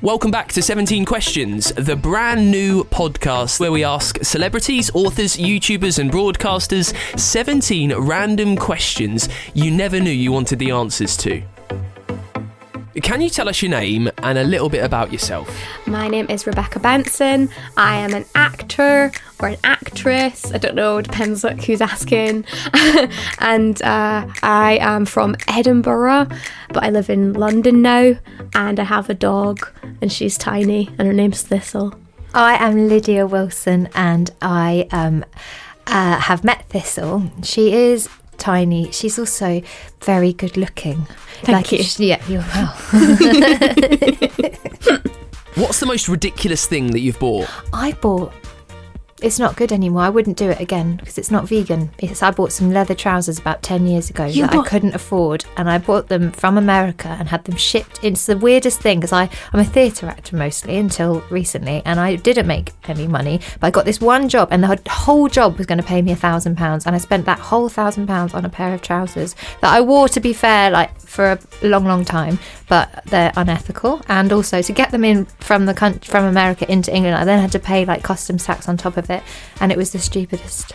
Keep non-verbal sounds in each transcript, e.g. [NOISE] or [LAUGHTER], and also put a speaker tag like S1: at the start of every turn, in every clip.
S1: Welcome back to 17 Questions, the brand new podcast where we ask celebrities, authors, YouTubers, and broadcasters 17 random questions you never knew you wanted the answers to. Can you tell us your name and a little bit about yourself?
S2: My name is Rebecca Benson. I am an actor or an actress. I don't know, depends like who's asking. [LAUGHS] and uh, I am from Edinburgh, but I live in London now. And I have a dog, and she's tiny, and her name's Thistle.
S3: I am Lydia Wilson and I um, uh, have met Thistle. She is tiny. She's also very good looking.
S2: Thank you.
S3: she- yeah, you're well.
S1: What's the most ridiculous thing that you've bought?
S3: I bought. It's not good anymore. I wouldn't do it again because it's not vegan. It's, I bought some leather trousers about 10 years ago
S2: You
S3: that
S2: bought-
S3: I couldn't afford, and I bought them from America and had them shipped. It's the weirdest thing because I'm a theatre actor mostly until recently, and I didn't make any money. But I got this one job, and the h- whole job was going to pay me a thousand pounds, and I spent that whole thousand pounds on a pair of trousers that I wore, to be fair, like for a long, long time. But they're unethical, and also to get them in from the country, from America into England, I then had to pay like customs tax on top of it, and it was the stupidest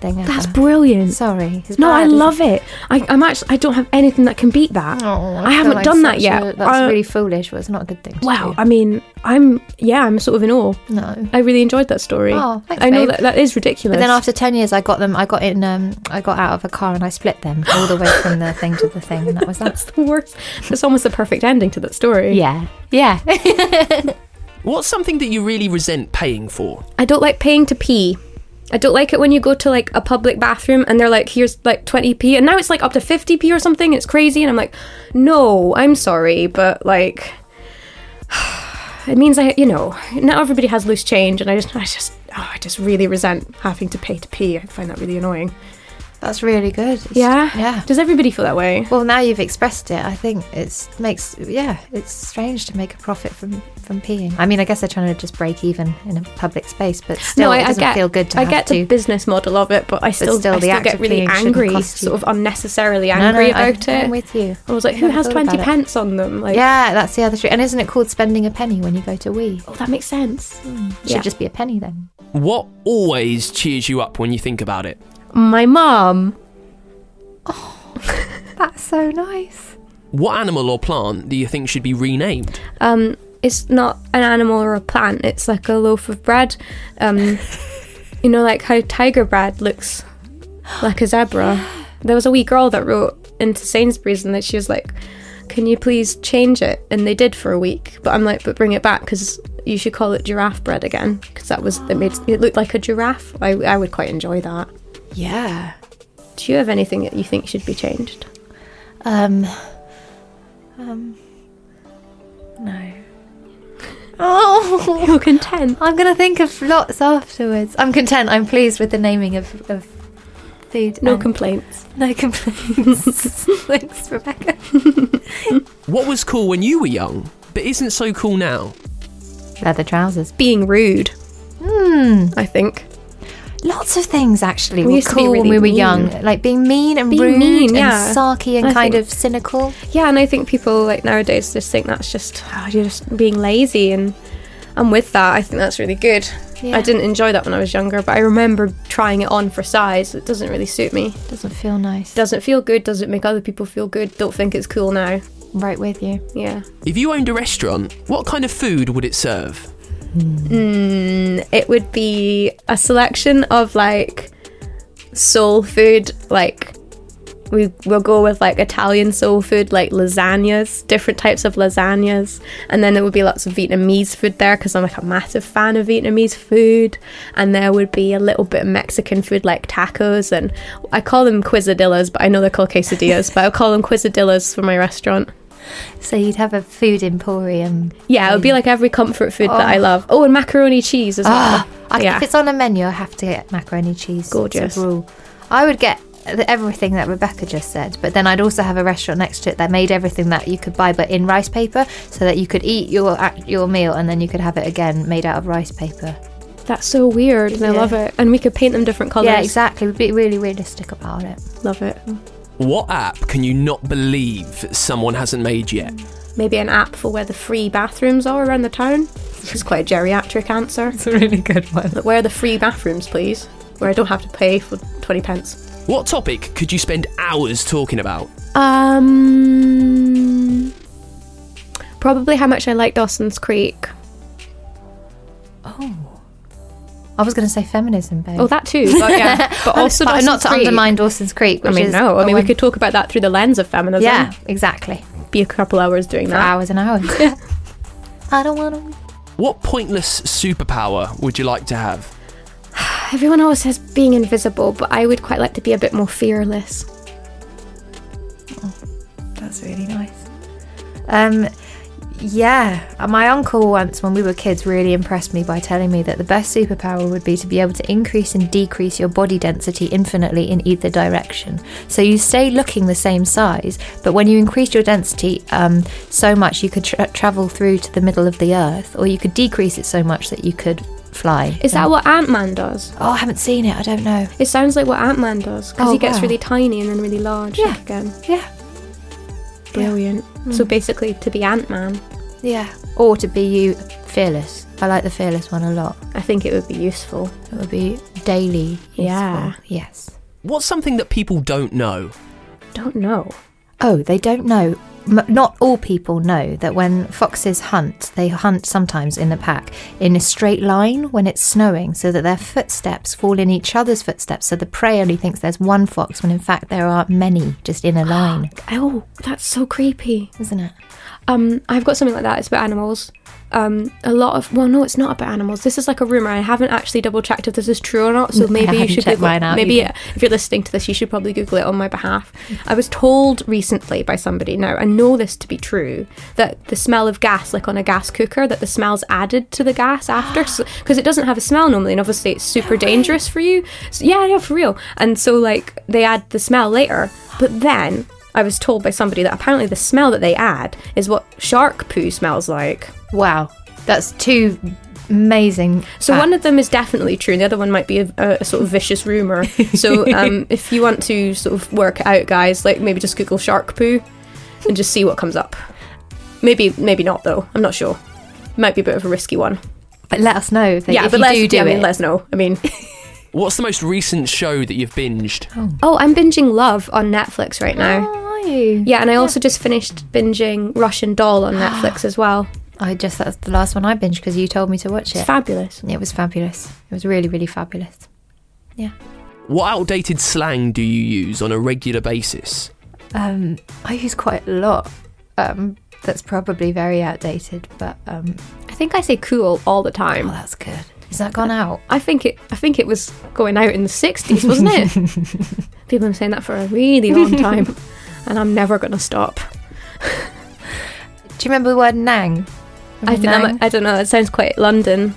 S3: thing ever.
S2: That's brilliant.
S3: Sorry. It's
S2: no,
S3: bad,
S2: I
S3: isn't
S2: love it. I, I'm actually, I don't have anything that can beat that.
S3: Oh,
S2: I haven't
S3: feel like
S2: done that
S3: such
S2: yet.
S3: a- that's
S2: I-
S3: really foolish, but it's not a good thing. To
S2: Wow.
S3: do.
S2: I mean, I'm, yeah, I'm sort of in awe.
S3: no.
S2: I really enjoyed that story.
S3: Oh, thanks,
S2: I know
S3: babe.
S2: that that is ridiculous.
S3: But then after ten years, I got them. I got in. Um, I got out of a car and I split them all the way from the thing to the thing, and that was
S2: [LAUGHS]
S3: that.
S2: That's the worst. It's almost the perfect ending to that story.
S3: Yeah, yeah. [LAUGHS]
S1: What's something that you really resent paying for?
S2: I don't like paying to pee. I don't like it when you go to like a public bathroom and they're like, here's like 20p, and now it's like up to 50p or something. It's crazy. And I'm like, no, I'm sorry, but like, [SIGHS] it means I, you know, not everybody has loose change, and I just, I just, oh, I just really resent having to pay to pee. I find that really annoying.
S3: That's really good. It's-
S2: Yeah?
S3: yeah.
S2: Does everybody feel that way?
S3: Well, now you've expressed it. I think it's makes yeah. It's strange to make a profit from from peeing. I mean, I guess they're trying to just break even in a public space, but still, it doesn't feel good to
S2: I
S3: have
S2: get
S3: to.
S2: the business model of it, but I still,
S3: still,
S2: I
S3: the
S2: still
S3: act
S2: get
S3: of
S2: really
S3: peeing shouldn't
S2: angry,
S3: cost you.
S2: sort of unnecessarily
S3: no,
S2: angry
S3: I-
S2: about it.
S3: I'm with you.
S2: I was like,
S3: I
S2: who
S3: never
S2: has
S3: thought about
S2: 20
S3: it.
S2: pence on them? Like,
S3: Yeah, that's the other trick. And isn't it called spending a penny when you go to wee?
S2: oh, that makes sense.
S3: It should just be a penny then.
S1: What always cheers you up when you think about it?
S2: My mum.
S3: That's so nice.
S1: What animal or plant do you think should be renamed?
S2: Um, it's not an animal or a plant. It's like a loaf of bread. [LAUGHS] Um, you know, like how tiger bread looks like a zebra. There was a wee girl that wrote into Sainsbury's and that she was like, "Can you please change it?" And they did for a week. But I'm like, "But bring it back because you should call it giraffe bread again because that was it made it looked like a giraffe." I I would quite enjoy that.
S3: Yeah.
S2: Do you have anything that you think should be changed?
S3: Um. Um. No. [LAUGHS] Oh,
S2: You're content.
S3: I'm gonna think of lots afterwards. I'm content. I'm pleased with the naming of of food.
S2: No
S3: and
S2: complaints.
S3: [LAUGHS] no complaints. [LAUGHS] Thanks, Rebecca.
S1: What was cool when you were young, but isn't so cool now?
S3: Leather trousers.
S2: being rude.
S3: Hmm.
S2: I think
S3: Lots of things actually
S2: We
S3: were
S2: used to be
S3: cool when
S2: really
S3: we were
S2: mean.
S3: young, like being mean and
S2: Being
S3: rude
S2: mean,
S3: and
S2: yeah.
S3: sarky and
S2: I
S3: kind
S2: think-
S3: of cynical.
S2: yeah, and I think people like nowadays just think that's just oh, you're just being lazy, and I'm with that. I think that's really good.
S3: Yeah.
S2: I didn't enjoy that when I was younger, but I remember trying it on for size. It doesn't really suit me.
S3: Doesn't feel nice.
S2: Doesn't feel good. Doesn't make other people feel good. Don't think it's cool now.
S3: Right with you.
S2: Yeah,
S1: If you owned a restaurant, what kind of food would it serve?
S2: it would be a selection of like soul food, like. We will go with like Italian soul food, like lasagnas, different types of lasagnas, and then there would be lots of Vietnamese food there because I'm like a massive fan of Vietnamese food. And there would be a little bit of Mexican food like tacos, and I call them quesadillas, but I know they're called quesadillas, but I'll call them quesadillas for my restaurant.
S3: So you'd have a food emporium.
S2: Yeah, it would be like every comfort food that I
S3: Oh.
S2: love. Oh, and macaroni cheese as well.
S3: I,
S2: yeah.
S3: If it's on a menu, I have to get macaroni cheese. It's a
S2: Gorgeous.
S3: rule. I would get th- everything that Rebecca just said, but then I'd also have a restaurant next to it that made everything that you could buy, but in rice paper, so that you could eat your ac- your meal and then you could have it again made out of rice paper.
S2: That's so weird, and I
S3: Yeah.
S2: love it. And we could paint them different colours.
S3: Yeah, exactly. We'd be really realistic about it.
S2: Love it.
S1: What app can you not believe someone hasn't made yet?
S2: Maybe an app for where the free bathrooms are around the town. It's quite a geriatric answer.
S3: It's a really good one.
S2: But where are the free bathrooms, please? Where I don't have to pay for 20 pence.
S1: What topic could you spend hours talking about?
S2: Um. Probably how much I like Dawson's Creek.
S3: I was going to say feminism, babe.
S2: Oh, that too. But [LAUGHS] yeah. But also
S3: but
S2: Dawson's
S3: not to
S2: Creek.
S3: undermine Dawson's Creek.
S2: I
S3: Which
S2: mean,
S3: is
S2: no. I
S3: a
S2: mean, we
S3: win-
S2: could talk about that through the lens of feminism.
S3: Yeah, exactly.
S2: Be a couple hours doing
S3: For
S2: that.
S3: hours and hours. [LAUGHS] I don't want to.
S1: What pointless superpower would you like to have?
S2: Everyone always says being invisible, but I would quite like to be a bit more fearless.
S3: That's really nice. Um, yeah, Uh, my uncle once, when we were kids, really impressed me by telling me that the best superpower would be to be able to increase and decrease your body density infinitely in either direction. So you stay looking the same size, but when you increase your density um, so much, you could tra- travel through to the middle of the earth, or you could decrease it so much that you could fly.
S2: Is that what Ant Man does?
S3: Oh, I haven't seen it. I don't know.
S2: It sounds like what Ant Man does because
S3: Oh,
S2: he gets
S3: wow.
S2: really tiny and then really large
S3: Yeah.
S2: again.
S3: Yeah,
S2: Brilliant. So basically, to be Ant Man,
S3: yeah. Or to be you, fearless. I like the fearless one a lot.
S2: I think it would be useful.
S3: It would be daily. useful.
S2: Yeah.
S3: Yes.
S1: What's something that people don't know?
S2: Don't know.
S3: Oh, they don't know. M- not all people know that when foxes hunt, they hunt sometimes in the pack in a straight line when it's snowing, so that their footsteps fall in each other's footsteps. So the prey only thinks there's one fox when in fact there are many
S2: [GASPS]
S3: just in a line,
S2: Oh, that's so creepy.
S3: isn't it?
S2: Um, I've got something like that. It's about animals. Um, a lot of well, no, it's not about animals. This is like a rumor. I haven't actually double checked if this is true or not. [LAUGHS] So
S3: I
S2: maybe you
S3: haven't
S2: should
S3: checked
S2: Google.
S3: mine out
S2: maybe
S3: either.
S2: if you're listening to this, you should probably Google it on my behalf. I was told recently by somebody. Now I know this to be true that the smell of gas, like on a gas cooker, that the smell's added to the gas after, because it doesn't have a smell normally, and obviously it's super dangerous for you. So, yeah, yeah, for real. And so like they add the smell later, but then. I was told by somebody that apparently the smell that they add is what shark poo smells like.
S3: Wow, that's two amazing.
S2: So one of them is definitely true, and the other one might be a, a sort of vicious rumor. [LAUGHS] So um, if you want to sort of work it out, guys, like maybe just Google shark poo and just see what comes up. Maybe, maybe not though. I'm not sure. Might be a bit of a risky one.
S3: But let us know if, they,
S2: yeah,
S3: if
S2: but
S3: you
S2: let's
S3: do do
S2: yeah, I
S3: it.
S2: mean, let us know. I [LAUGHS] mean,
S1: What's the most recent show that you've binged?
S2: oh, I'm binging Love on Netflix right now.
S3: How are you?
S2: Yeah, and I also just finished binging Russian Doll on Netflix [GASPS] as well.
S3: I just that's the last one I binged because you told me to watch
S2: It's
S3: it.
S2: fabulous.
S3: It was fabulous. It was really, really fabulous. Yeah.
S1: What outdated slang do you use on a regular basis?
S3: Um, I use quite a lot. Um, that's probably very outdated, but um,
S2: I think I say cool all the
S3: oh,
S2: time.
S3: that's good. Is that gone out?
S2: I think it. I think it was going out in the sixties, wasn't
S3: [LAUGHS]
S2: it? People have been saying that for a really long time, and I'm never going to stop.
S3: Do you remember the word nang?
S2: I think that might- I don't know. It sounds quite London.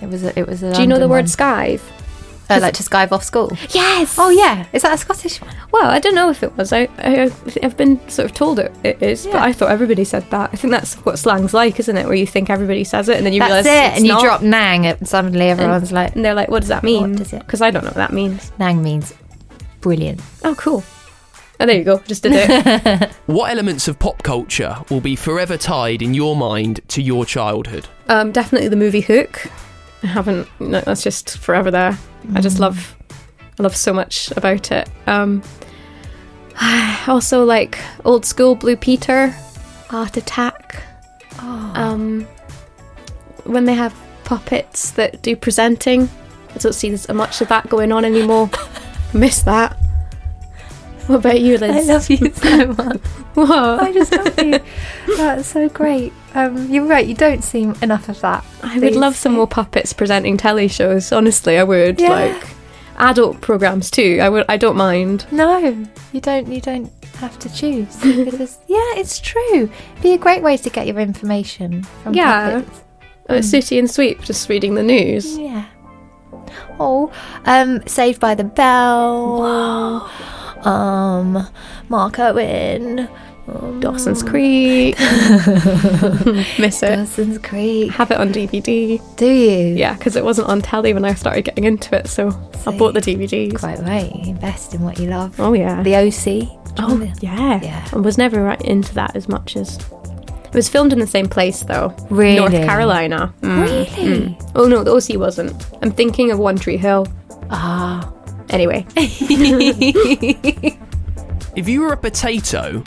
S3: it was. A, it was. A
S2: Do you know the
S3: London
S2: word
S3: one.
S2: skive?
S3: Uh, like to skive off school?
S2: Yes.
S3: Oh yeah, is that a Scottish one?
S2: Well, I don't know if it was. I, I I've been sort of told it, it is, but
S3: Yeah.
S2: I thought everybody said that. I think that's what slang's like, isn't it? Where you think everybody says it, and then you realise
S3: that's it,
S2: it's
S3: and you
S2: not,
S3: drop nang, and suddenly everyone's like,
S2: and they're like, "What does that mean?"
S3: What does it-
S2: Because I don't know what that means.
S3: nang means brilliant.
S2: Oh, cool. Oh, there you go. Just did it.
S1: What elements of pop culture will be forever tied in your mind to your childhood?
S2: Um, definitely the movie Hook. I haven't. No, that's just forever there. I
S3: Mm.
S2: just love, I love so much about it. Um, [SIGHS] also like old school Blue Peter, Art Attack.
S3: Oh.
S2: Um, when they have puppets that do presenting, I don't see there's much of that going on anymore. [LAUGHS] Miss that. What about you, Liz?
S3: [LAUGHS] you so much.
S2: What?
S3: I just love you. That's so great. Um, you're right. You don't seem enough of that.
S2: I would love some more puppets presenting telly shows. Honestly, I would
S3: Yeah.
S2: like adult programs too. I would. I don't mind.
S3: No, you don't. You don't have to choose.
S2: [LAUGHS]
S3: Because, yeah, it's true. Be a great way to get your information from
S2: Yeah.
S3: puppets.
S2: Oh,
S3: Mm.
S2: it's Sooty and Sweep just reading the news.
S3: Yeah. Oh, um, Saved by the Bell. Um, Mark Owen. um,
S2: Dawson's Creek. [LAUGHS]
S3: [LAUGHS]
S2: Miss it.
S3: Dawson's Creek.
S2: Have it on DVD.
S3: Do you?
S2: Yeah, because it wasn't on telly when I started getting into it, so I
S3: See.
S2: bought the DVDs.
S3: Quite right. You invest in what you love.
S2: Oh yeah.
S3: The OC. Do you
S2: oh
S3: remember?
S2: yeah.
S3: Yeah.
S2: I was never right into that as much as It was filmed in the same place though.
S3: Really?
S2: North Carolina. Mm.
S3: Really?
S2: Oh no, the OC wasn't. I'm thinking of One Tree Hill.
S3: Ah.
S2: Anyway,
S1: If you were a potato,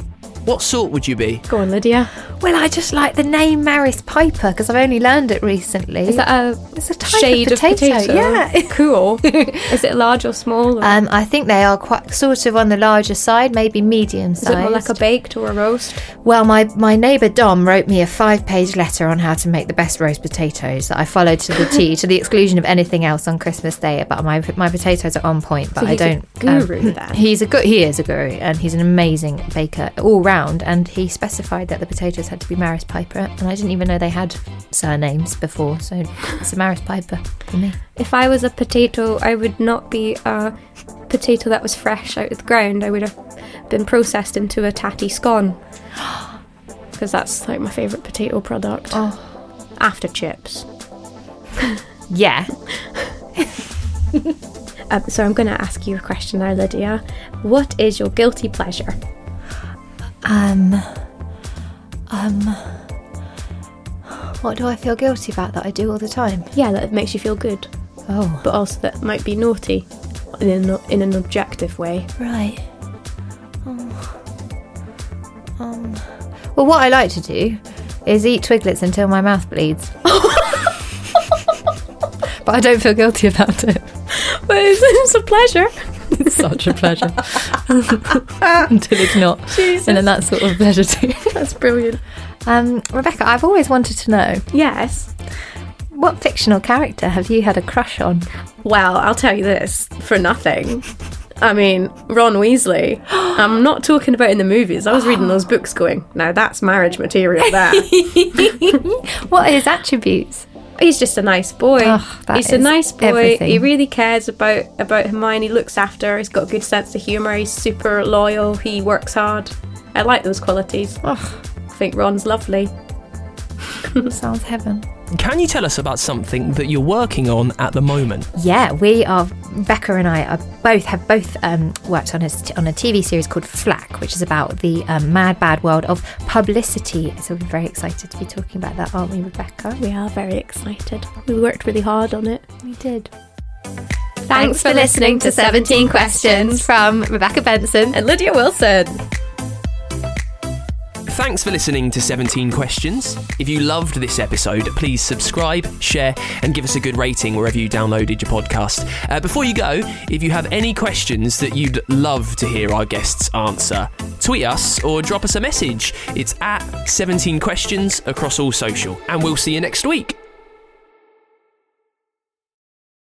S1: what sort would you be?
S2: [LAUGHS] go on, Lydia.
S3: Well, I just like the name Maris Piper because I've only learned it recently.
S2: Is that a
S3: it's a type
S2: shade
S3: of potato? Yeah. [LAUGHS]
S2: cool. Is it large or small? Or
S3: Um, I think they are quite sort of on the larger side, maybe medium
S2: is it more like
S3: sized.
S2: a baked or a roast?
S3: well, my, my neighbour Dom wrote me a five page letter on how to make the best roast potatoes that I followed to the T, to the exclusion of anything else on Christmas Day. But my my potatoes are on point, but
S2: So
S3: I
S2: he's a
S3: don't. um,
S2: guru then.
S3: He's a good. He is a guru, and he's an amazing baker all round. And he specified that the potatoes had to be Maris Piper, and I didn't even know they had surnames before, so it's a Maris Piper for me.
S2: If I was a potato, I would not be a potato that was fresh out of the ground. I would have been processed into a tatty [GASPS] scone. Because that's like my favourite potato product.
S3: Oh.
S2: After chips.
S3: Yeah.
S2: Um, so I'm going to ask you a question now, Lydia. What is your guilty pleasure?
S3: Um. Um. What do I feel guilty about that I do all the time?
S2: Yeah, that makes you feel good,
S3: Oh,
S2: but also that might be naughty in an, in an objective way.
S3: right. Oh. Um. Well, what I like to do is eat twiglets until my mouth [LAUGHS] bleeds. but I don't feel guilty about it.
S2: But [LAUGHS] it's, it's a pleasure.
S3: It's such a pleasure. until it's not. And then that's sort of pleasure too.
S2: That's brilliant.
S3: [LAUGHS] Um, Rebecca, I've always wanted to know
S2: Yes.
S3: what fictional character have you had a crush on?
S2: Well, I'll tell you this for nothing. I mean, Ron Weasley. [GASPS] I'm not talking about in the movies. I was reading those books going, now that's marriage material [LAUGHS] there.
S3: What are his attributes?
S2: He's just a nice boy.
S3: Oh, that
S2: he's a
S3: is
S2: nice boy.
S3: everything.
S2: He really cares about about Hermione, looks after her. He's got a good sense of humour. He's super loyal. He works hard. I like those qualities.
S3: Oh,
S2: I think Ron's lovely.
S3: sounds heaven.
S1: Can you tell us about something that you're working on at the moment?
S3: Yeah, we are. Becca and I are both have both um, worked on a s- on a TV series called Flack, which is about the um, mad bad world of publicity. So we're very excited to be talking about that, aren't we, Rebecca?
S2: We are very excited. We worked really hard on it.
S3: We did.
S2: Thanks for listening to 17 Questions
S3: from Rebecca Benson.
S2: And Lydia Wilson.
S1: Thanks for listening to 17 Questions. If you loved this episode, please subscribe, share, and give us a good rating wherever you downloaded your podcast. Uh, before you go, if you have any questions that you'd love to hear our guests answer, tweet us or drop us a message. It's at 17 Questions across all social, and we'll see you next week.